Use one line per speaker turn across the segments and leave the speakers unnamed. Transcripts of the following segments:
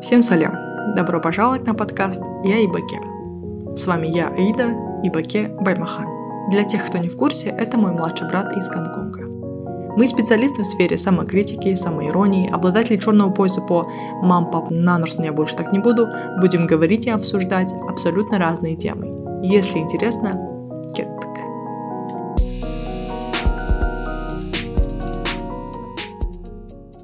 Всем салям! Добро пожаловать на подкаст «Я и Баке». С вами я, Аида, и Баке Баймахан. Для тех, кто не в курсе, это мой младший брат из Гонконга. Мы специалисты в сфере самокритики, самоиронии, обладатели черного пояса по «мам, пап, на нос, но я больше так не буду», будем говорить и обсуждать абсолютно разные темы. Если интересно, кетк.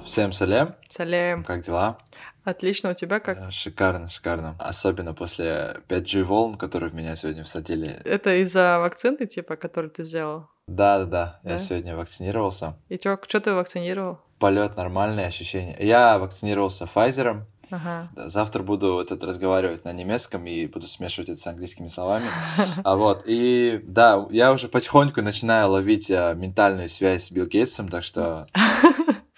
Всем салям,
Салям.
как дела?
Отлично, у тебя как?
Э, Шикарно, шикарно. Особенно после 5G волн, которые в меня сегодня всадили.
Это из-за вакцины, типа, которую ты сделал?
Да-да-да,
Да?
я сегодня вакцинировался.
И чё, что ты вакцинировал?
Полет нормальные ощущения. Я вакцинировался Pfizer.
Ага.
Да, Завтра буду вот это разговаривать на немецком и буду смешивать это с английскими словами. А вот, и да, я уже потихоньку начинаю ловить э, ментальную связь с Билл Гейтсом, так что...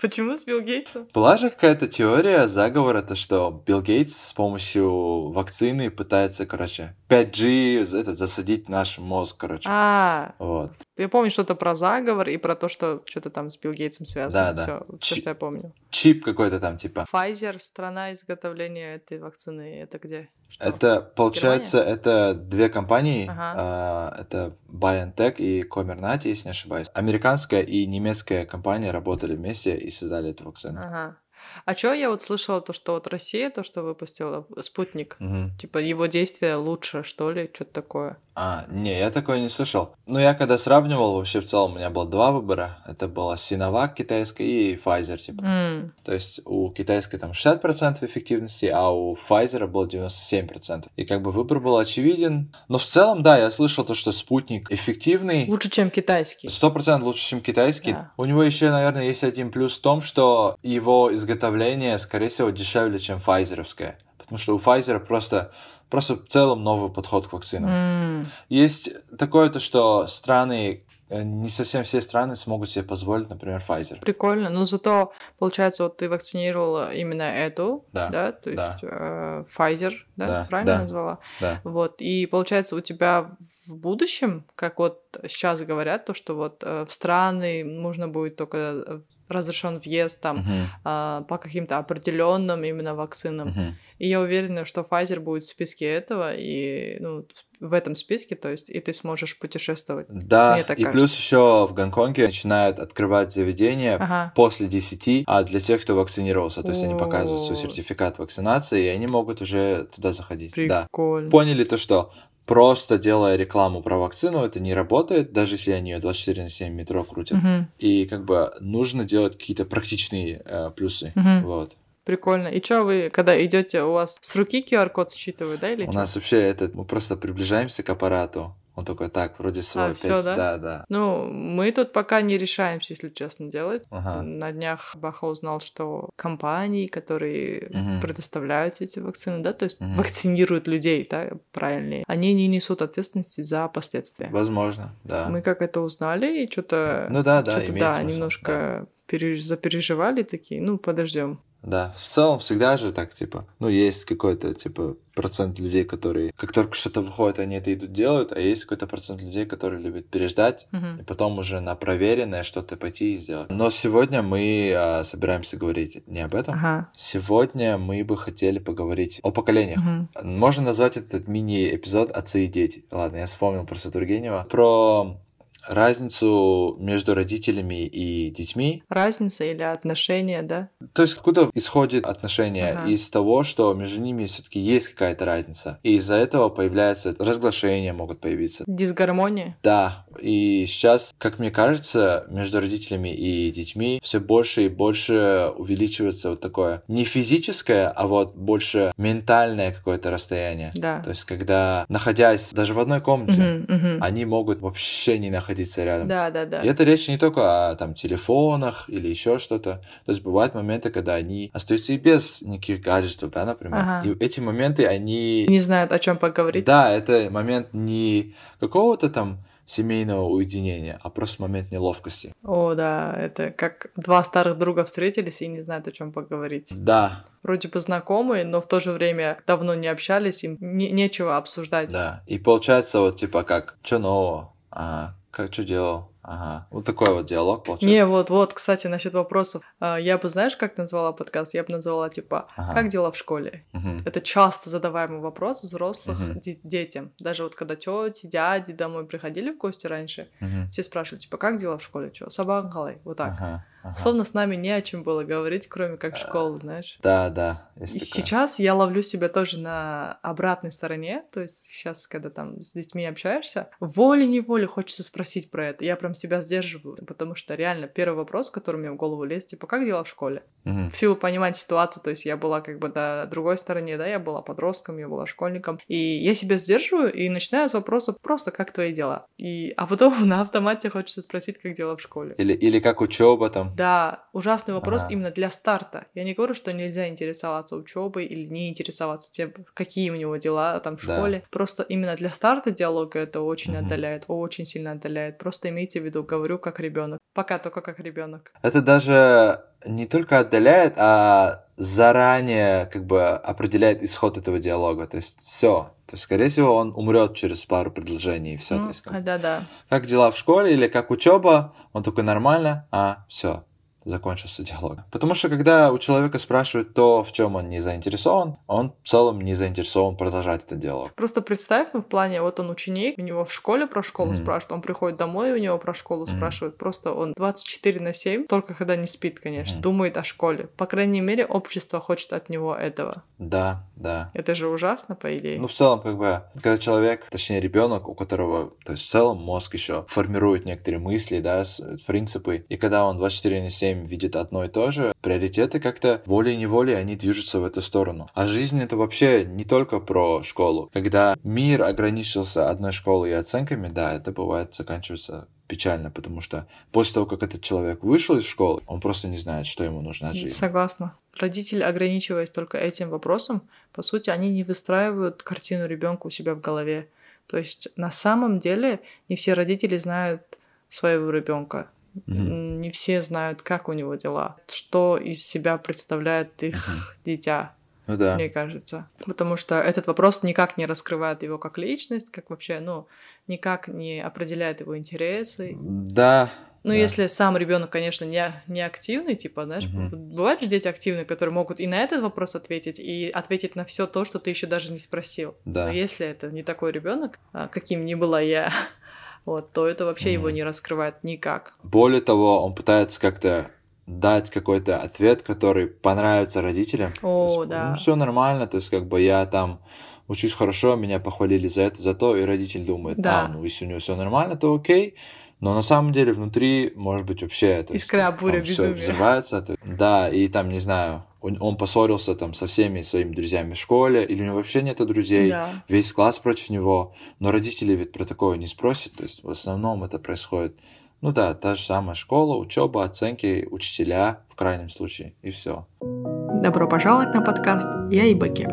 Почему с Билл Гейтсом?
Была же какая-то теория заговора, то что Билл Гейтс с помощью вакцины пытается, короче, 5G за- это, засадить в наш мозг, короче.
А,
Вот.
я помню что-то про заговор и про то, что что-то там с Билл Гейтсом связано.
Да,
все,
да. Чи-
что я помню.
Чип какой-то там, типа.
Pfizer, страна изготовления этой вакцины, это где? Что?
Это, получается, это две компании.
Ага.
а, это BioNTech и Comirnaty, если не ошибаюсь. Американская и немецкая компания работали вместе и создали эту вакцину.
Ага. А чё я вот слышала, то, что вот Россия, то, что выпустила, в- спутник,
Мгм.
типа его действие лучше, что ли, что-то такое.
А, не, я такое не слышал. Ну, я когда сравнивал, вообще в целом у меня было два выбора. Это была Синовак китайская и Pfizer, типа.
М,
То есть у китайской там 60% эффективности, а у Pfizer было 97%. И как бы выбор был очевиден. Но в целом, да, я слышал то, что спутник эффективный.
Лучше, чем китайский.
100% лучше, чем китайский.
Да.
У него еще, наверное, есть один плюс в том, что его изготовление, скорее всего, дешевле, чем файзеровское. Потому что у Pfizer просто, просто в целом новый подход к вакцинам.
М,
Есть такое то, что страны, э, не совсем все страны смогут себе позволить, например, Pfizer.
Прикольно, но зато, получается, вот ты вакцинировала именно эту,
Да,
да, то
да.
есть э, Pfizer, да,
Да,
правильно
да.
назвала?
Да.
Вот, и получается у тебя в будущем, как вот сейчас говорят, то, что вот э, в страны нужно будет только э, разрешен въезд там
Мгм,
а, по каким-то определенным именно вакцинам.
мгм.
И я уверена, что Pfizer будет в списке этого, и ну, в этом списке, то есть, и ты сможешь путешествовать.
Да,
Мне так
и
кажется.
плюс еще в Гонконге начинают открывать заведения
Ага.
после 10, а для тех, кто вакцинировался, то есть они показывают
О.
свой сертификат вакцинации, и они могут уже туда заходить. Да.
Прикольно.
Поняли то, что просто делая рекламу про вакцину, это не работает, даже если они ее 24 на 7 метро крутят.
Мгм,
И как бы нужно делать какие-то практичные э, плюсы.
мгм.
Вот.
Прикольно. И что вы, когда идете, у вас с руки QR-код считывают, да, или
У
чё?
нас вообще этот, мы просто приближаемся к аппарату. Он такой, так, вроде свой.
А, всё,
опять».
да?
Да, да.
Ну, мы тут пока не решаемся, если честно, делать.
Ага.
На днях Баха узнал, что компании, которые
Мгм.
предоставляют эти вакцины, да, то есть
Мгм.
вакцинируют людей, да, правильнее, они не несут ответственности за последствия.
Возможно, да.
Мы как это узнали и что-то,
Ну да, да,
что-то
имеет
э, да,
смысл,
немножко пере- запереживали такие, ну подождем.
Да, в целом всегда же так, типа, ну, есть какой-то, типа, процент людей, которые, как только что-то выходит, они это идут делают, а есть какой-то процент людей, которые любят переждать, и потом уже на проверенное что-то пойти и сделать. Но сегодня мы а, собираемся говорить не об этом.
Ага.
Сегодня мы бы хотели поговорить о поколениях.
Мгм.
Можно назвать этот мини-эпизод «Отцы и дети». Ладно, я вспомнил просто Тургенева. Про разницу между родителями и детьми.
Разница или отношения, да?
То есть откуда исходит отношение?
Ага.
Из того, что между ними все таки есть какая-то разница. И из-за этого появляется разглашения могут появиться.
Дисгармония.
Да, и сейчас, как мне кажется, между родителями и детьми все больше и больше увеличивается вот такое не физическое, а вот больше ментальное какое-то расстояние.
Да.
То есть, когда, находясь даже в одной комнате,
Мгм, мгм.
они могут вообще не находиться рядом.
Да, да, да.
И это речь не только о там, телефонах или еще что-то. То есть бывают моменты, когда они остаются и без никаких гаджетов, да, например.
Ага.
И эти моменты, они...
Не знают, о чем поговорить.
Да, это момент не какого-то там семейного уединения, а просто момент неловкости.
О, да, это как два старых друга встретились и не знают, о чем поговорить.
Да,
Вроде бы знакомые, но в то же время давно не общались, им не- нечего обсуждать.
да. И получается вот типа как, что нового? А, как что делал? Ага. Вот такой вот диалог получается.
Не, вот-вот, кстати, насчет вопросов. А, Я бы, знаешь, как назвала подкаст? Я бы назвала, типа,
Ага.
как дела в школе?
Мгм.
Это часто задаваемый вопрос взрослых
Мгм.
де- детям. Даже вот когда тети, дяди домой приходили в гости раньше,
Мгм.
все спрашивали, типа, как дела в школе? Чё, собака халай? Вот так.
Ага, ага.
Словно с нами не о чем было говорить, кроме как школы, знаешь.
Да, да. есть
И
такое.
сейчас я ловлю себя тоже на обратной стороне, то есть сейчас, когда там с детьми общаешься, волей-неволей хочется спросить про это. Я прям себя сдерживаю, потому что реально первый вопрос, который мне в голову лезет, типа, как дела в школе?
Мгм.
В силу понимать ситуацию, то есть я была как бы на другой стороне, да, я была подростком, я была школьником, и я себя сдерживаю и начинаю с вопроса просто, как твои дела? И, а потом на автомате хочется спросить, как дела в школе.
Или, или как учеба там.
Да, ужасный вопрос
Ага.
именно для старта. Я не говорю, что нельзя интересоваться учебой или не интересоваться тем, какие у него дела там в
Да.
школе. Просто именно для старта диалога это очень
Мгм.
отдаляет, очень сильно отдаляет. Просто имейте в виду, говорю как ребенок. Пока только как ребенок.
Это даже не только отдаляет, а заранее как бы определяет исход этого диалога. То есть все. То есть, скорее всего, он умрет через пару предложений и
Ну,
все. То есть, как,
Да-да.
как дела в школе или как учеба, он такой нормально, а все, закончился диалог. Потому что когда у человека спрашивают то, в чем он не заинтересован, он в целом не заинтересован продолжать этот диалог.
Просто представь, ну, в плане, вот он ученик, у него в школе про школу
Мгм.
спрашивают, он приходит домой, у него про школу
Мгм.
спрашивают. Просто он 24 на 7, только когда не спит, конечно,
Мгм.
думает о школе. По крайней мере, общество хочет от него этого.
Да, да.
Это же ужасно, по идее.
Ну, в целом, как бы, когда человек, точнее, ребенок, у которого, то есть, в целом мозг еще формирует некоторые мысли, да, с- э, принципы, и когда он 24 на 7 видит одно и то же, приоритеты как-то волей-неволей они движутся в эту сторону. А жизнь это вообще не только про школу. Когда мир ограничился одной школой и оценками, да, это бывает заканчивается печально, потому что после того, как этот человек вышел из школы, он просто не знает, что ему нужно от жизни.
Согласна. Родители, ограничиваясь только этим вопросом, по сути, они не выстраивают картину ребенка у себя в голове. То есть на самом деле не все родители знают своего ребенка.
Мгм.
М, Не все знают, как у него дела, что из себя представляет их дитя,
Ну да.
мне кажется. Потому что этот вопрос никак не раскрывает его как личность, как вообще, ну, никак не определяет его интересы
Да.
ну,
да.
если сам ребенок, конечно, не, не активный, типа, знаешь,
Мгм.
б- бывают же дети активные, которые могут и на этот вопрос ответить, и ответить на все то, что ты еще даже не спросил.
Да.
Но если это не такой ребенок, а, каким ни была я, вот, то это вообще его
Мгм.
не раскрывает никак.
Более того, он пытается как-то дать какой-то ответ, который понравится родителям.
О, да.
все нормально, то есть как бы я там учусь хорошо, меня похвалили за это, за то, и родитель думает,
Да.
а, ну если у него все нормально, то окей. Но на самом деле внутри, может быть, вообще... то есть
Искра,
там
буря,
всё
безумие.
взрывается. то- Да, и там, не знаю, он, он поссорился там со всеми своими друзьями в школе, или у него вообще нету друзей,
Да.
весь класс против него, но родители ведь про такое не спросят, то есть в основном это происходит, ну да, та же самая школа, учеба, оценки, учителя в крайнем случае, и все.
Добро пожаловать на подкаст «Я и Баке».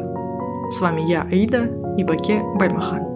С вами я, Аида, и Баке Баймахан.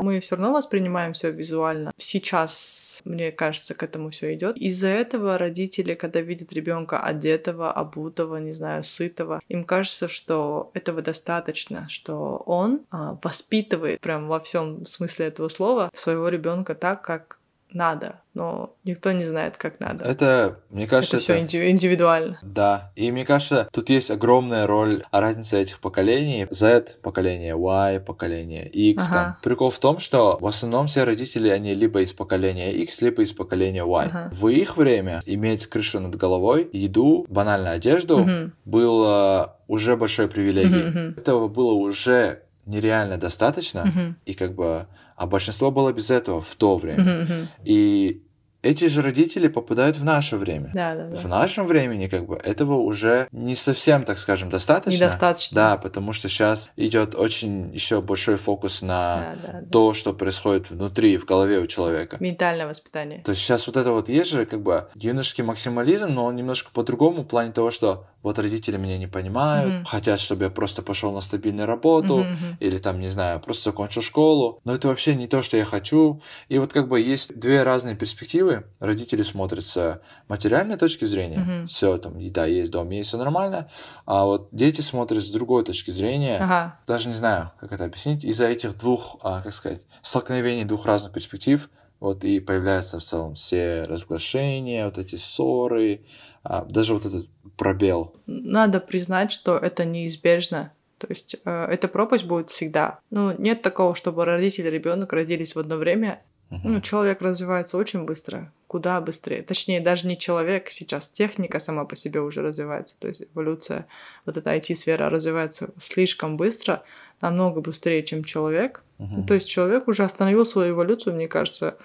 Мы все равно воспринимаем все визуально. Сейчас, мне кажется, к этому все идет. Из-за этого родители, когда видят ребенка одетого, обутого, не знаю, сытого, им кажется, что этого достаточно, что он а, воспитывает прям во всем смысле этого слова своего ребенка так, как надо. Но никто не знает, как надо.
Это, мне кажется,
А это все
это-
индивидуально.
Да, и мне кажется, тут есть огромная роль разницы этих поколений. Z, поколение Y, поколение X.
Ага.
там. Прикол в том, что в основном все родители, они либо из поколения X, либо из поколения Y.
Ага.
В их время иметь крышу над головой, еду, банальную одежду,
Мгм.
было уже большой привилегией.
Мгм, мгм.
Этого было уже нереально достаточно,
Мгм.
и как бы... А большинство было без этого в то время.
Мгм, мгм.
И эти же родители попадают в наше время.
Да, да,
В
да.
нашем времени как бы этого уже не совсем, так скажем, достаточно.
Недостаточно.
Да, потому что сейчас идет очень еще большой фокус на
Да, да, да.
то, что происходит внутри, в голове у человека.
Ментальное воспитание.
То есть сейчас вот это вот есть же как бы юношеский максимализм, но он немножко по-другому в плане того, что вот родители меня не понимают,
Мгм.
хотят, чтобы я просто пошел на стабильную работу,
Мгм, мгм.
или там, не знаю, просто закончил школу, но это вообще не то, что я хочу. И вот как бы есть две разные перспективы. Родители смотрят с материальной точки зрения,
Мгм.
все там, еда есть, дом есть, все нормально, а вот дети смотрят с другой точки зрения,
Ага.
даже не знаю, как это объяснить, из-за этих двух, а, как сказать, столкновений двух разных перспектив Вот и появляются в целом все разглашения, вот эти ссоры, а, даже вот этот пробел.
Надо признать, что это неизбежно. То есть э, эта пропасть будет всегда. Ну, нет такого, чтобы родитель и ребенок родились в одно время.
Мгм.
Ну, человек развивается очень быстро, куда быстрее. Точнее, даже не человек, сейчас техника сама по себе уже развивается. То есть эволюция, вот эта IT-сфера развивается слишком быстро, намного быстрее, чем человек.
Мгм.
Ну, То есть человек уже остановил свою эволюцию, мне кажется,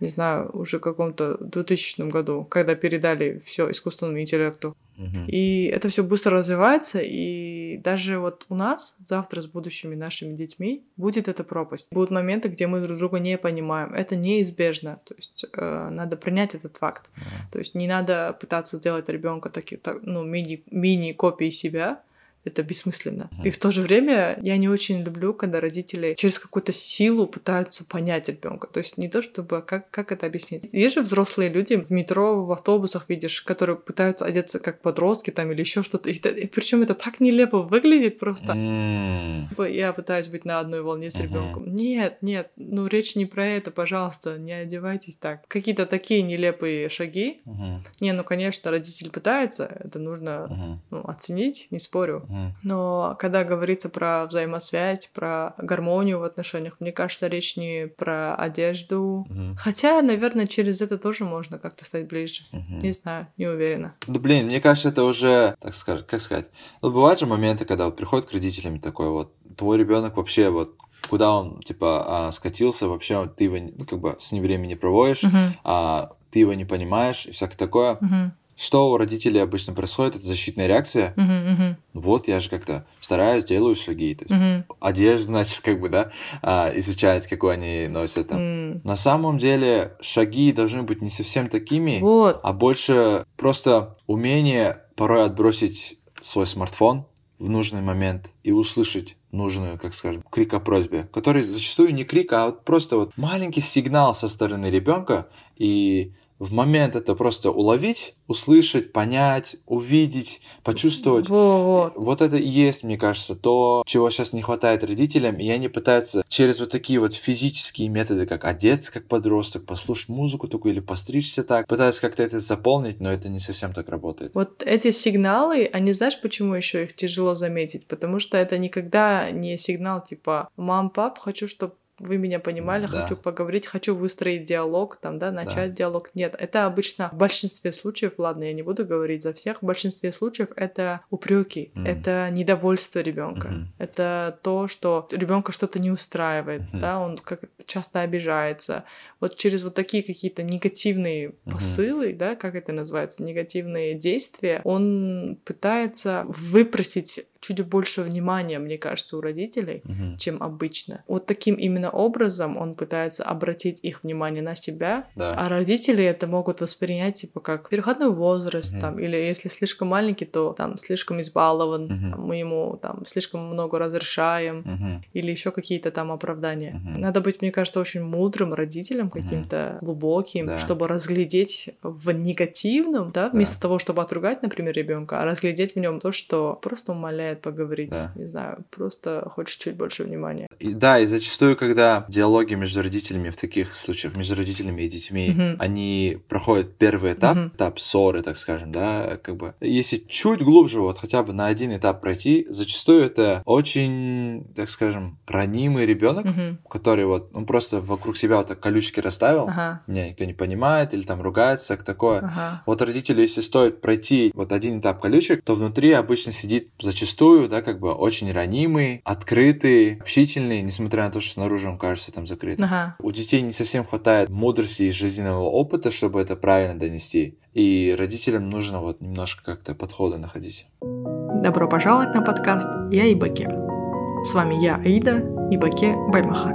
не знаю, уже в каком-то 2000 году, когда передали все искусственному интеллекту.
Мгм.
И это все быстро развивается, и даже вот у нас завтра с будущими нашими детьми будет эта пропасть. Будут моменты, где мы друг друга не понимаем. Это неизбежно. То есть э, надо принять этот факт.
Мгм.
То есть не надо пытаться сделать ребенка такие, так, ну, мини- мини-копии себя. Это бессмысленно.
Мгм.
И в то же время я не очень люблю, когда родители через какую-то силу пытаются понять ребенка. То есть не то чтобы, а как, как это объяснить. Есть же взрослые люди в метро, в автобусах, видишь, которые пытаются одеться как подростки там или еще что-то. И причем это так нелепо выглядит просто.
М.
Типа, я пытаюсь быть на одной волне с
Мгм.
ребенком. Нет, нет, ну речь не про это, пожалуйста, не одевайтесь так. Какие-то такие нелепые шаги.
Мгм.
Не, ну конечно, родитель пытается, это нужно
Мгм.
ну, оценить, не спорю.
Мгм.
Но когда говорится про взаимосвязь, про гармонию в отношениях, мне кажется, речь не про одежду.
Мгм.
Хотя, наверное, через это тоже можно как-то стать ближе.
Мгм.
Не знаю, не уверена.
Ну, блин, мне кажется, это уже, так скажем, как сказать. Ну, бывают же моменты, когда вот приходит к родителям такой вот, твой ребенок вообще вот, куда он, типа, а, скатился, вообще вот ты его, не- ну, как бы, с ним времени не проводишь, а ты его не понимаешь и всякое такое. Что у родителей обычно происходит, это защитная реакция. Ну, Вот, я же как-то стараюсь, делаю шаги. То есть, одежду начал, как бы, да, а, изучать, какую они носят там.
М.
На самом деле, шаги должны быть не совсем такими,
Вот.
а больше просто умение порой отбросить свой смартфон в нужный момент и услышать нужную, как скажем, крик о просьбе, который зачастую не крик, а вот просто вот маленький сигнал со стороны ребенка, и в момент это просто уловить, услышать, понять, увидеть, почувствовать.
Вот.
Вот это и есть, мне кажется, то, чего сейчас не хватает родителям, и они пытаются через вот такие вот физические методы, как одеться как подросток, послушать музыку такую или постричься так, пытаются как-то это заполнить, но это не совсем так работает.
Вот эти сигналы, они знаешь, почему еще их тяжело заметить? Потому что это никогда не сигнал типа «мам, пап, хочу, чтобы вы меня понимали,
Да.
хочу поговорить, хочу выстроить диалог, там, да, начать диалог. Нет, это обычно в большинстве случаев, ладно, я не буду говорить за всех, в большинстве случаев это упреки,
Мгм.
это недовольство ребенка,
Мгм.
это то, что ребенка что-то не устраивает,
Мгм.
да, он как часто обижается. Вот через вот такие какие-то негативные
Мгм.
посылы, да, как это называется, негативные действия, он пытается выпросить чуть больше внимания, мне кажется, у родителей
Мгм.
чем обычно. Вот таким именно образом он пытается обратить их внимание на себя,
Да.
а родители это могут воспринять типа как переходной возраст
Мгм.
там, или если слишком маленький, то там слишком избалован,
Мгм.
там, мы ему там слишком много разрешаем,
Мгм.
или еще какие-то там оправдания.
Мгм.
Надо быть, мне кажется, очень мудрым родителем, каким-то глубоким,
Да.
чтобы разглядеть в негативном, да,
Да.
вместо того, чтобы отругать, например, ребенка, а разглядеть в нем то, что просто умоляет поговорить,
Да.
не знаю, просто хочет чуть больше внимания.
И да, и зачастую, когда диалоги между родителями в таких случаях, между родителями и детьми,
Мгм.
они проходят первый этап,
Мгм.
этап ссоры, так скажем, да, как бы. Если чуть глубже, вот хотя бы на один этап пройти, зачастую это очень, так скажем, ранимый ребенок,
Мгм.
который вот, он просто вокруг себя вот так колючки расставил,
Ага,
меня никто не понимает, или там ругается, как такое.
ага.
Вот родителю, если стоит пройти вот один этап колючек, то внутри обычно сидит зачастую, да, как бы очень ранимый, открытый, общительный, несмотря на то, что снаружи он кажется там закрыт.
Ага.
У детей не совсем хватает мудрости и жизненного опыта, чтобы это правильно донести. И родителям нужно вот немножко как-то подходы находить.
Добро пожаловать на подкаст «Я и Баке». С вами я, Аида, и Баке Баймахан.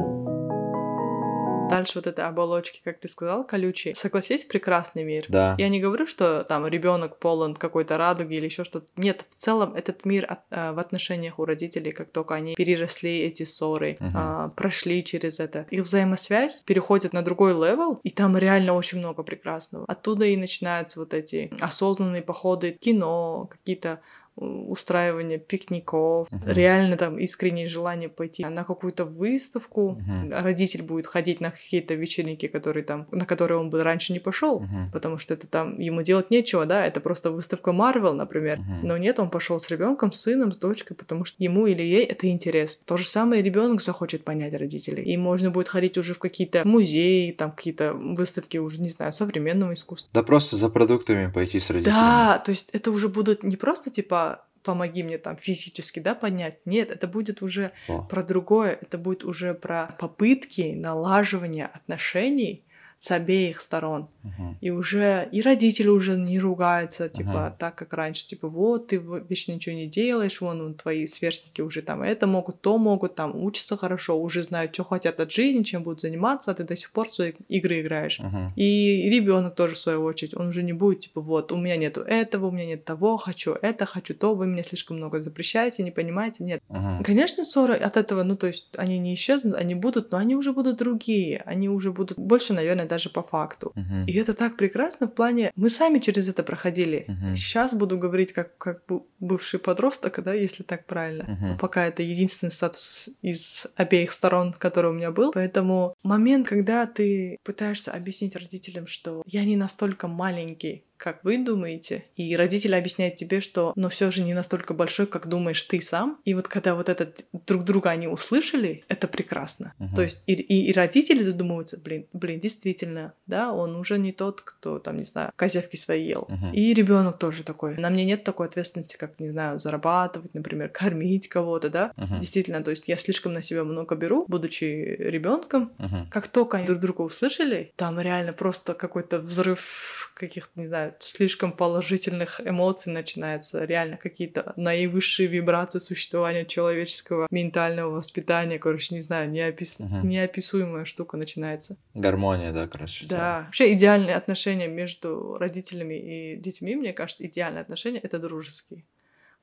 Дальше вот этой оболочки, как ты сказал, колючие. Согласись, прекрасный мир.
Да.
Я не говорю, что там ребенок полон какой-то радуги или еще что-то. Нет, в целом этот мир от- э, в отношениях у родителей, как только они переросли эти ссоры,
Мгм.
а, прошли через это, их взаимосвязь переходит на другой левел, и там реально очень много прекрасного. Оттуда и начинаются вот эти осознанные походы, в кино, какие-то устраивание пикников,
Мгм.
реально там искреннее желание пойти на какую-то выставку.
Мгм.
Родитель будет ходить на какие-то вечеринки, которые там, на которые он бы раньше не пошел,
Мгм.
потому что это там ему делать нечего, да, это просто выставка Марвел, например.
Мгм.
Но нет, он пошел с ребенком, с сыном, с дочкой, потому что ему или ей это интересно. То же самое ребенок захочет понять родителей. И можно будет ходить уже в какие-то музеи, там какие-то выставки уже, не знаю, современного искусства.
Да просто за продуктами пойти с родителями.
Да, то есть это уже будут не просто типа помоги мне там физически, да, поднять. Нет, это будет уже
О.
про другое, это будет уже про попытки налаживания отношений с обеих сторон.
Мгм.
И уже и родители уже не ругаются, типа,
Ага.
так как раньше, типа, вот, ты в- вечно ничего не делаешь, вон, вон, твои сверстники уже там это могут, то могут, там учатся хорошо, уже знают, что хотят от жизни, чем будут заниматься, а ты до сих пор в свои игры играешь.
Мгм.
И ребенок тоже, в свою очередь, он уже не будет, типа, вот, у меня нету этого, у меня нет того, хочу это, хочу то, вы мне слишком много запрещаете, не понимаете, нет.
Мгм.
Конечно, ссоры от этого, ну, то есть они не исчезнут, они будут, но они уже будут другие, они уже будут больше, наверное, даже по факту.
Мгм.
И это так прекрасно в плане... Мы сами через это проходили.
Мгм.
Сейчас буду говорить как, как бу- бывший подросток, да, если так правильно.
Мгм.
Пока это единственный статус из обеих сторон, который у меня был. Поэтому момент, когда ты пытаешься объяснить родителям, что я не настолько маленький, как вы думаете, и родители объясняют тебе, что но все же не настолько большой, как думаешь ты сам. И вот когда вот этот друг друга они услышали, это прекрасно.
Мгм.
То есть и, и, и родители задумываются, блин, блин, действительно, да, он уже не тот, кто там, не знаю, козявки свои ел.
Мгм.
И ребенок тоже такой. На мне нет такой ответственности, как, не знаю, зарабатывать, например, кормить кого-то, да.
Мгм.
Действительно, то есть я слишком на себя много беру, будучи ребенком.
Мгм.
Как только они друг друга услышали, там реально просто какой-то взрыв каких-то, не знаю, слишком положительных эмоций начинается. Реально какие-то наивысшие вибрации существования человеческого ментального воспитания. Короче, не знаю, неопис-
Мгм.
неописуемая штука начинается.
Гармония, да, короче.
Да. Вообще идеальные отношения между родителями и детьми, мне кажется, идеальные отношения — это дружеские.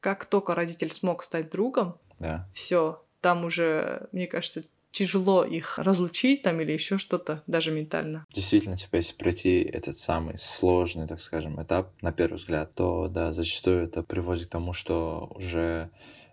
Как только родитель смог стать другом,
Да.
все, там уже, мне кажется, тяжело их разлучить там или еще что-то, даже ментально.
Действительно, типа, если пройти этот самый сложный, так скажем, этап, на первый взгляд, то, да, зачастую это приводит к тому, что уже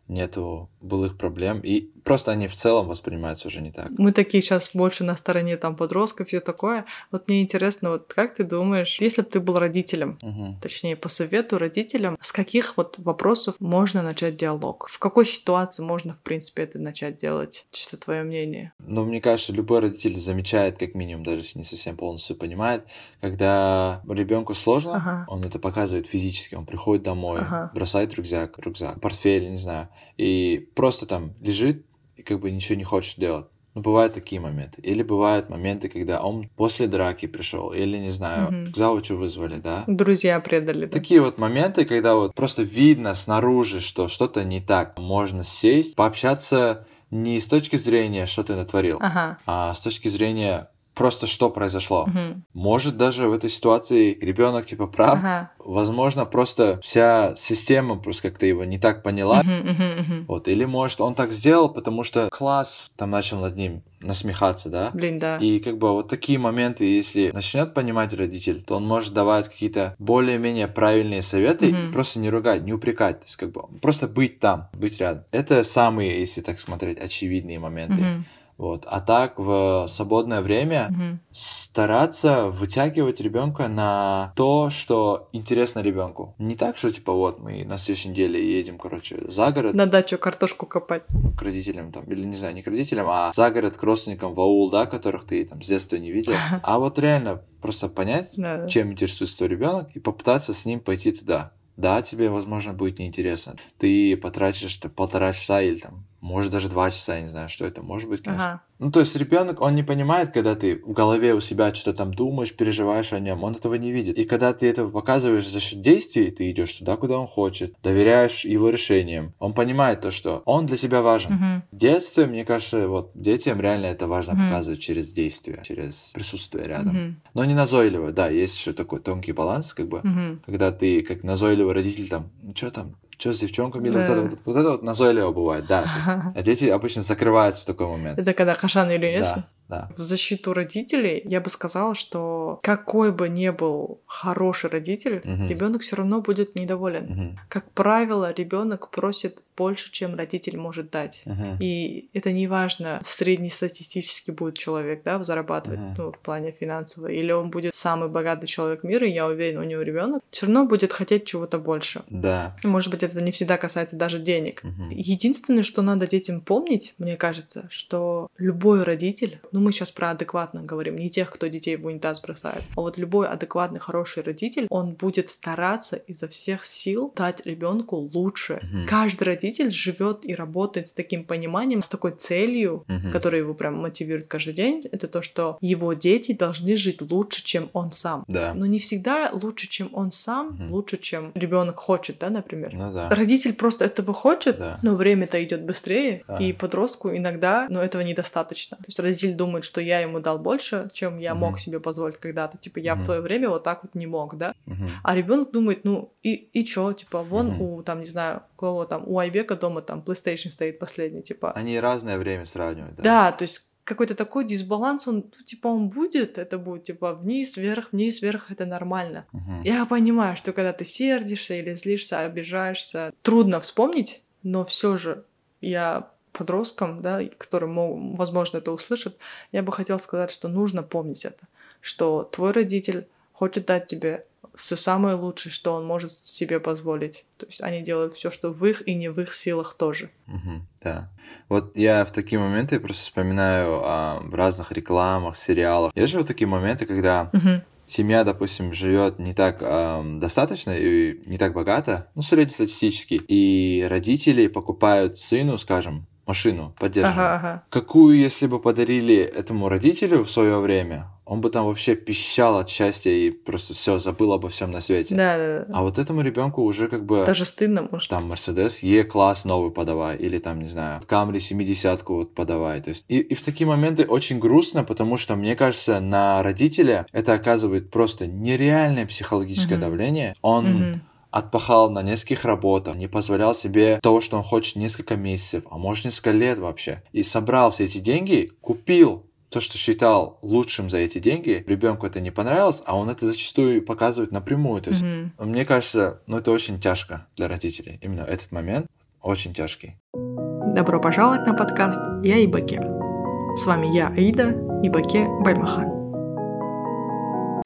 нету былых проблем, и просто они в целом воспринимаются уже не так.
Мы такие сейчас больше на стороне там подростков, все такое. Вот мне интересно, вот как ты думаешь, если бы ты был родителем,
Мгм.
точнее, по совету родителям, с каких вот вопросов можно начать диалог? В какой ситуации можно, в принципе, это начать делать? Чисто твое мнение.
Но мне кажется, любой родитель замечает, как минимум, даже если не совсем полностью понимает, когда ребенку сложно,
Ага.
он это показывает физически, он приходит домой,
Ага.
бросает рюкзак, рюкзак, портфель, не знаю, и просто там лежит и как бы ничего не хочет делать. Ну, бывают такие моменты. Или бывают моменты, когда он после драки пришел, или, не знаю,
Мгм.
к завучу вызвали, да?
Друзья предали. да?
Такие вот моменты, когда вот просто видно снаружи, что что-то не так. Можно сесть, пообщаться не с точки зрения, что ты натворил,
Ага.
а с точки зрения просто что произошло.
Мгм.
Может даже в этой ситуации ребенок типа прав,
Ага.
возможно просто вся система просто как-то его не так поняла.
Мгм, мгм, мгм.
Вот, или может он так сделал, потому что класс там начал над ним насмехаться, да?
Блин, да.
И как бы вот такие моменты, если начнет понимать родитель, то он может давать какие-то более-менее правильные советы,
Мгм.
и просто не ругать, не упрекать, то есть как бы просто быть там, быть рядом. Это самые, если так смотреть, очевидные моменты.
Мгм,
Вот. А так в свободное время
мгм.
стараться вытягивать ребенка на то, что интересно ребенку. Не так, что типа вот мы на следующей неделе едем, короче, за город
На дачу картошку копать.
к родителям там, или не знаю, не к родителям, а за город к родственникам в аул, да, которых ты там с детства не видел. А вот реально просто понять,
Да.
чем интересуется твой ребенок, и попытаться с ним пойти туда. Да, тебе, возможно, будет неинтересно. Ты потратишь там, полтора часа или там, может, даже два часа, я не знаю, что это может быть, конечно.
Ага.
Ну, то есть ребенок, он не понимает, когда ты в голове у себя что-то там думаешь, переживаешь о нем, он этого не видит. И когда ты этого показываешь за счет действий, ты идешь туда, куда он хочет, доверяешь его решениям, он понимает то, что он для тебя важен.
Мгм.
В детстве, мне кажется, вот детям реально это важно
Мгм.
показывать через действия, через присутствие рядом.
Мгм.
Но не назойливо, да, есть еще такой тонкий баланс, как бы,
Мгм.
когда ты как назойливый родитель там, ну что там, что с девчонками, или вот, это,
Да.
вот, вот это вот назойливо бывает, да. то есть. а дети обычно закрываются в такой момент.
Это когда Хашан или Леса?
Да. Да.
В защиту родителей я бы сказала, что какой бы ни был хороший родитель,
Мгм.
ребенок все равно будет недоволен.
Мгм.
Как правило, ребенок просит больше, чем родитель может дать.
Мгм.
И это не важно, среднестатистически будет человек, да, зарабатывать,
Мгм.
ну, в плане финансово, или он будет самый богатый человек мира, и я уверена, у него ребенок все равно будет хотеть чего-то больше.
Да.
И, Может быть, это не всегда касается даже денег.
Мгм.
Единственное, что надо детям помнить, мне кажется, что любой родитель, ну мы сейчас про адекватно говорим, не тех, кто детей в унитаз бросает, а вот любой адекватный хороший родитель, он будет стараться изо всех сил дать ребенку лучше.
Мгм.
Каждый родитель живет и работает с таким пониманием, с такой целью,
Мгм.
которая его прям мотивирует каждый день, это то, что его дети должны жить лучше, чем он сам.
Да.
Но не всегда лучше, чем он сам,
Мгм.
лучше, чем ребенок хочет, да, например.
Ну да.
Родитель просто этого хочет,
Да.
но время-то идет быстрее,
Ага.
и подростку иногда, но этого недостаточно. То есть родитель думает, что я ему дал больше, чем я
Мгм.
мог себе позволить когда-то. Типа я в
Мгм.
твое время вот так вот не мог, да?
Мгм.
А ребенок думает, ну и, и чё, типа вон
Мгм.
у там, не знаю, у кого там, у Айбека дома там PlayStation стоит последний, типа.
Они разное время сравнивают. Да.
Да, то есть какой-то такой дисбаланс, он, ну, типа, он будет, это будет, типа, вниз, вверх, вниз, вверх, это нормально.
Мгм.
Я понимаю, что когда ты сердишься или злишься, обижаешься, трудно вспомнить, но все же я подросткам, да, которые, мо- возможно, это услышат, я бы хотела сказать, что нужно помнить это, что твой родитель хочет дать тебе все самое лучшее, что он может себе позволить. То есть они делают все, что в их и не в их силах тоже.
Мгм, да. Вот я в такие моменты просто вспоминаю а, в разных рекламах, сериалах. Есть же вот такие моменты, когда семья, допустим, живет не так ам, достаточно и не так богато, ну, среднестатистически, и родители покупают сыну, скажем, машину поддержанную.
Ага, ага.
Какую, если бы подарили этому родителю в свое время, он бы там вообще пищал от счастья и просто все забыл обо всем на свете.
Да, да, да.
А вот этому ребенку уже как бы
Даже стыдно, может
А, там
быть.
Мерседес Е-класс новый подавай, или там, не знаю, Камри 70-ку вот подавай. То есть, и, и в такие моменты очень грустно, потому что, мне кажется, на родителя это оказывает просто нереальное психологическое
Мгм.
давление. Он
Мгм.
отпахал на нескольких работах, не позволял себе того, что он хочет несколько месяцев, а может несколько лет вообще. И собрал все эти деньги, купил то, что считал лучшим за эти деньги, ребенку это не понравилось, а он это зачастую показывает напрямую. То есть
Мгм.
мне кажется, ну это очень тяжко для родителей. Именно этот момент очень тяжкий.
Добро пожаловать на подкаст «Я и Баке». С вами я, Аида, и Баке Баймахан.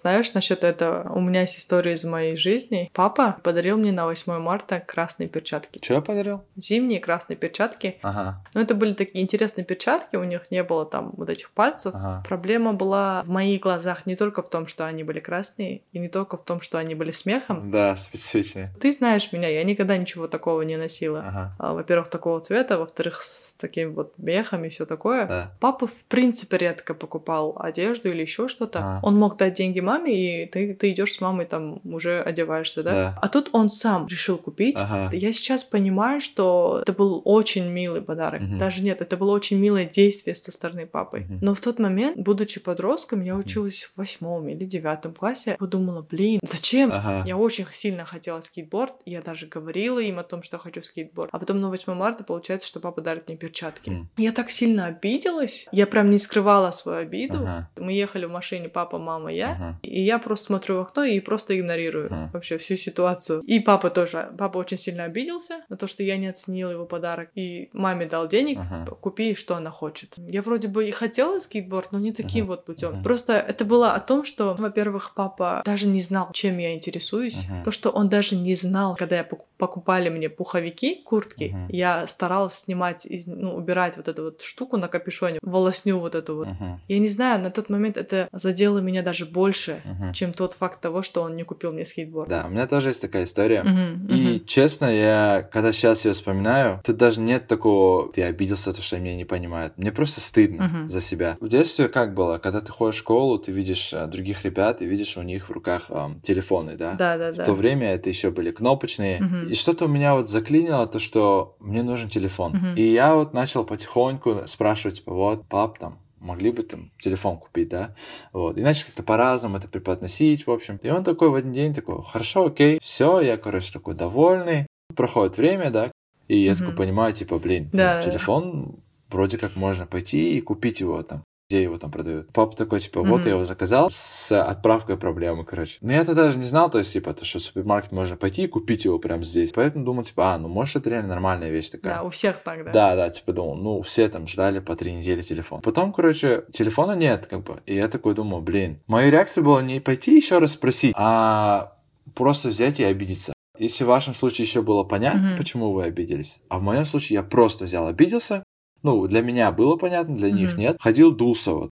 Знаешь, насчет этого, у меня есть история из моей жизни. Папа подарил мне на 8 марта красные перчатки.
Че я подарил?
Зимние красные перчатки.
Ага,
Но это были такие интересные перчатки, у них не было там вот этих пальцев.
ага.
Проблема была в моих глазах не только в том, что они были красные, и не только в том, что они были смехом.
Да, специфичный.
Ты знаешь меня, я никогда ничего такого не носила.
Ага,
А, Во-первых, такого цвета, во-вторых, с таким вот мехом и все такое.
да.
Папа, в принципе, редко покупал одежду или еще что-то.
А.
Он мог дать деньги маме, и ты, ты идешь с мамой, там уже одеваешься, да?
Да. А.
А тут он сам решил купить.
Ага.
Я сейчас понимаю, что это был очень милый подарок.
Мгм.
Даже нет, это было очень милое действие со стороны папы.
Мгм.
Но в тот момент, будучи подростком, я училась в восьмом или девятом классе, подумала, блин, зачем?
Ага.
Я очень сильно хотела скейтборд, и я даже говорила им о том, что хочу скейтборд. А потом на 8 марта получается, что папа дарит мне перчатки.
М.
Я так сильно обиделась, я прям не скрывала свою обиду.
Ага.
Мы ехали в машине папа, мама, я.
Ага.
И я просто смотрю в окно и просто игнорирую
Ага.
вообще всю ситуацию. И папа тоже. Папа очень сильно обиделся на то, что я не оценила его подарок. И маме дал денег,
Ага.
типа, купи, что она хочет. Я вроде бы и хотела скейтборд, но не таким вот путем.
Ага.
Просто это было о том, что, во-первых, папа даже не знал, чем я интересуюсь.
Ага.
То, что он даже не знал, когда я поку- покупали мне пуховики, куртки,
Ага.
я старалась снимать, из- ну, убирать вот эту вот штуку на капюшоне, волосню вот эту вот.
Ага.
Я не знаю, на тот момент это задело меня даже больше,
Ага.
чем тот факт того, что он не купил мне скейтборд.
Да, у меня тоже есть такая история.
Мгм,
И
мгм.
честно, я когда сейчас ее вспоминаю, тут даже нет такого, ты обиделся, то, что меня не понимают. Мне просто стыдно
Мгм.
за себя. В детстве как было? Когда ты ходишь в школу, ты видишь э, других ребят и видишь у них в руках эм, телефоны, да?
Да, да,
В
да.
то время это еще были кнопочные.
Мгм.
И что-то у меня вот заклинило, то что мне нужен телефон.
Мгм.
И я вот начал потихоньку спрашивать, типа, вот, пап, там, могли бы там телефон купить, да? Вот. И начал как-то по-разному это преподносить, в общем. И он такой в один день такой, хорошо, окей, все, я, короче, такой довольный. Проходит время, да? И я
Мгм.
такой понимаю, типа, блин,
Да,
ну,
да, да.
телефон вроде как можно пойти и купить его там. где его там продают. Папа такой, типа, вот я его заказал с отправкой проблемы, короче. Но я-то даже не знал, то есть, типа, то, что в супермаркет можно пойти и купить его прямо здесь. Поэтому думал, типа, а, ну, может, это реально нормальная вещь такая.
Да, у всех так, да?
Да, да, типа думал, ну, все там ждали по три недели телефон. Потом, короче, телефона нет, как бы. И я такой думаю, блин, моя реакция была не пойти еще раз спросить, а просто взять и обидеться. Если в вашем случае еще было понятно,
Мгм.
почему вы обиделись, а в моем случае я просто взял, обиделся. Ну, для меня было понятно, для них
Мгм.
нет. Ходил, дулся вот.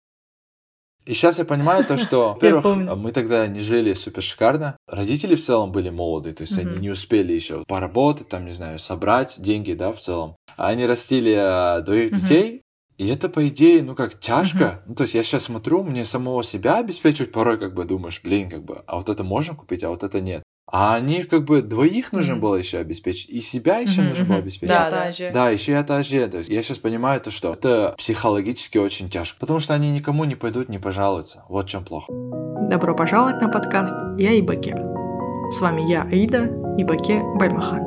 И сейчас я понимаю то,
помню.
что, во-первых, а, мы тогда не жили супер шикарно. Родители в целом были молоды, то есть они
Мгм.
не успели еще поработать, там, не знаю, собрать деньги, да, в целом. А Они растили э, двоих
Мгм.
детей, и это, по идее, ну как тяжко. Ну, то есть я сейчас смотрю, мне самого себя обеспечивать порой как бы думаешь, блин, как бы, а вот это можно купить, а вот это нет. А они как бы двоих нужно
Мгм.
было еще обеспечить, и себя еще
Мгм,
нужно было
мгм.
обеспечить.
Да,
Да,
да.
же.
Да, еще и этаже. То есть я сейчас понимаю то, что это психологически очень тяжко, потому что они никому не пойдут, не пожалуются. Вот в чем плохо.
Добро пожаловать на подкаст «Я и Баке». С вами я, Аида, и Баке Баймахан.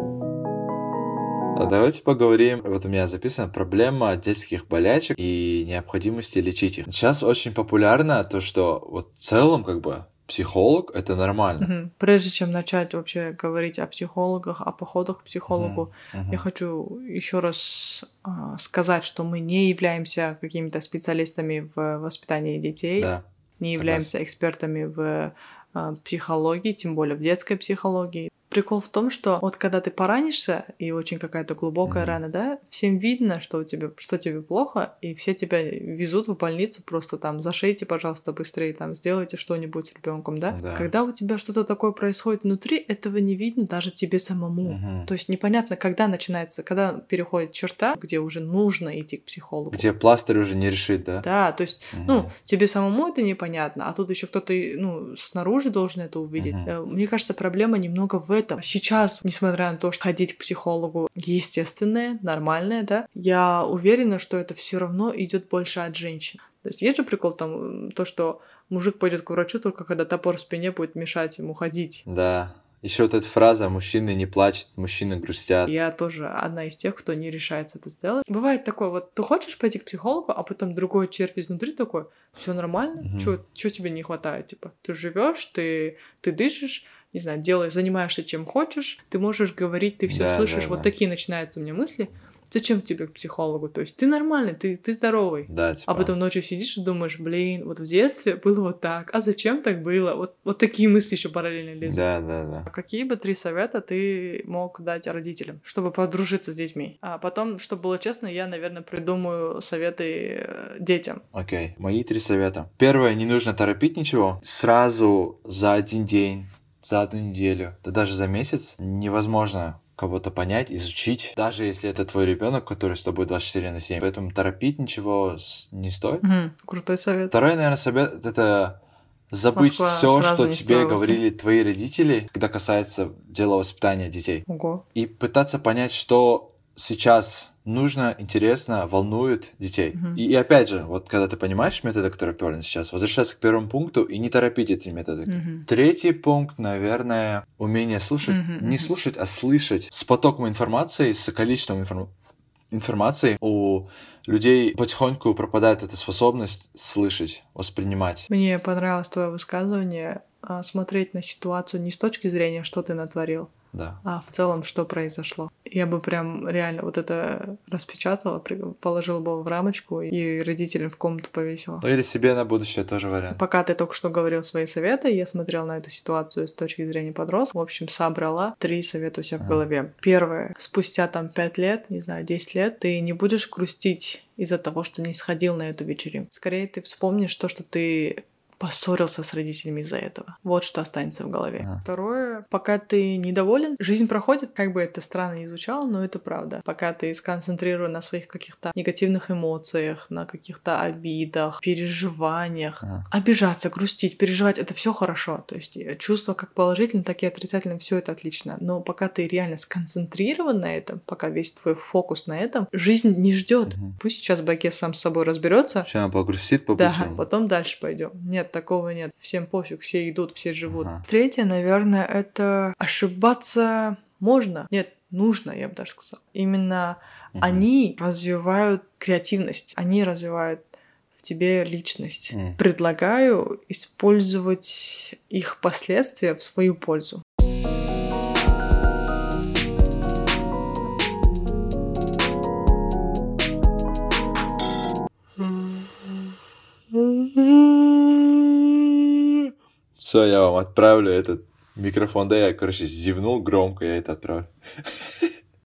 А давайте поговорим. Вот у меня записана проблема детских болячек и необходимости лечить их. Сейчас очень популярно то, что вот в целом как бы психолог это нормально.
Мгм.
Прежде чем начать вообще говорить о психологах, о походах к психологу,
Мгм.
я хочу еще раз а, сказать, что мы не являемся какими-то специалистами в воспитании детей,
Да.
не
согласен.
являемся экспертами в а, психологии, тем более в детской психологии. Прикол в том, что вот когда ты поранишься, и очень какая-то глубокая
Мгм.
рана, да, всем видно, что у тебя, что тебе плохо, и все тебя везут в больницу, просто там зашейте, пожалуйста, быстрее, там сделайте что-нибудь с ребенком, да?
Да.
Когда у тебя что-то такое происходит внутри, этого не видно даже тебе самому.
Мгм.
ну, То есть непонятно, когда начинается, когда переходит черта, где уже нужно идти к психологу.
Где пластырь уже не решит, да?
Да, то есть
Мгм.
ну, тебе самому это непонятно, а тут еще кто-то, и, ну, снаружи должен это увидеть.
Мгм.
Э, Мне кажется, проблема немного в этом. Сейчас, несмотря на то, что ходить к психологу естественное, нормальное, да, я уверена, что это все равно идет больше от женщин. То есть есть же прикол там м, то, что мужик пойдет к врачу только когда топор в спине будет мешать ему ходить.
Да. Еще вот эта фраза «мужчины не плачут, мужчины грустят».
Я тоже одна из тех, кто не решается это сделать. Бывает такое, вот ты хочешь пойти к психологу, а потом другой червь изнутри такой, все нормально,
Мгм.
чё чё тебе не хватает, типа, ты живешь, ты, ты дышишь, не знаю, делаешь, занимаешься чем хочешь, ты можешь говорить, ты все
Да, да,
слышишь, вот
да.
такие начинаются у меня мысли. Зачем тебе к психологу? То есть ты нормальный, ты, ты здоровый.
Да, типа.
А потом ночью сидишь и думаешь, блин, вот в детстве было вот так, а зачем так было? Вот, вот такие мысли еще параллельно лезут.
Да, да, да.
А Какие бы три совета ты мог дать родителям, чтобы подружиться с детьми? А потом, чтобы было честно, я, наверное, придумаю советы э, детям.
Окей, мои три совета. Первое, не нужно торопить ничего. Сразу за один день, за одну неделю, да даже за месяц невозможно кого-то понять, изучить, даже если это твой ребенок, который с тобой 24 на 7. Поэтому торопить ничего с- не стоит.
Крутой совет.
Второе, наверное, совет это забыть
Москва
все,
сразу
что
не
тебе
строилась, да?
говорили твои родители, когда касается дела воспитания детей.
Ого.
И пытаться понять, что сейчас нужно, интересно, волнует детей.
Мгм.
И, и опять же, вот когда ты понимаешь методы, которые актуальны сейчас, возвращаться к первому пункту и не торопить эти методы. Третий пункт, наверное, умение слушать.
Мгм,
Не
мгм.
слушать, а слышать. С потоком информации, с количеством информ- информации у людей потихоньку пропадает эта способность слышать, воспринимать.
Мне понравилось твое высказывание а, смотреть на ситуацию не с точки зрения, что ты натворил,
Да.
а в целом, что произошло. Я бы прям реально вот это распечатала, при- положила бы в рамочку и родителям в комнату повесила.
Ну или себе на будущее тоже вариант.
Пока ты только что говорил свои советы, я смотрела на эту ситуацию с точки зрения подростка. В общем, собрала три совета у себя в
Ага.
голове. Первое. Спустя там пять лет, не знаю, 10 лет, ты не будешь грустить из-за того, что не сходил на эту вечеринку. Скорее, ты вспомнишь то, что ты поссорился с родителями из-за этого. Вот что останется в голове.
Ага.
Второе, пока ты недоволен, жизнь проходит, как бы это странно ни звучало, но это правда. Пока ты сконцентрирован на своих каких-то негативных эмоциях, на каких-то обидах, переживаниях,
Ага.
обижаться, грустить, переживать, это все хорошо. То есть э, чувства как положительные, так и отрицательные, все это отлично. Но пока ты реально сконцентрирован на этом, пока весь твой фокус на этом, жизнь не ждет.
Мгм.
Пусть сейчас Баке сам с собой разберется.
Сейчас она погрустит
Да,
по-быстрому.
потом дальше пойдем. Нет, такого нет. Всем пофиг, все идут, все живут.
Ага.
Третье, наверное, это ошибаться можно. Нет, нужно, я бы даже сказала. Именно
Мгм.
они развивают креативность, они развивают в тебе личность.
М.
Предлагаю использовать их последствия в свою пользу.
Все, я вам отправлю этот микрофон. Да я, короче, зевнул громко, я это отправлю.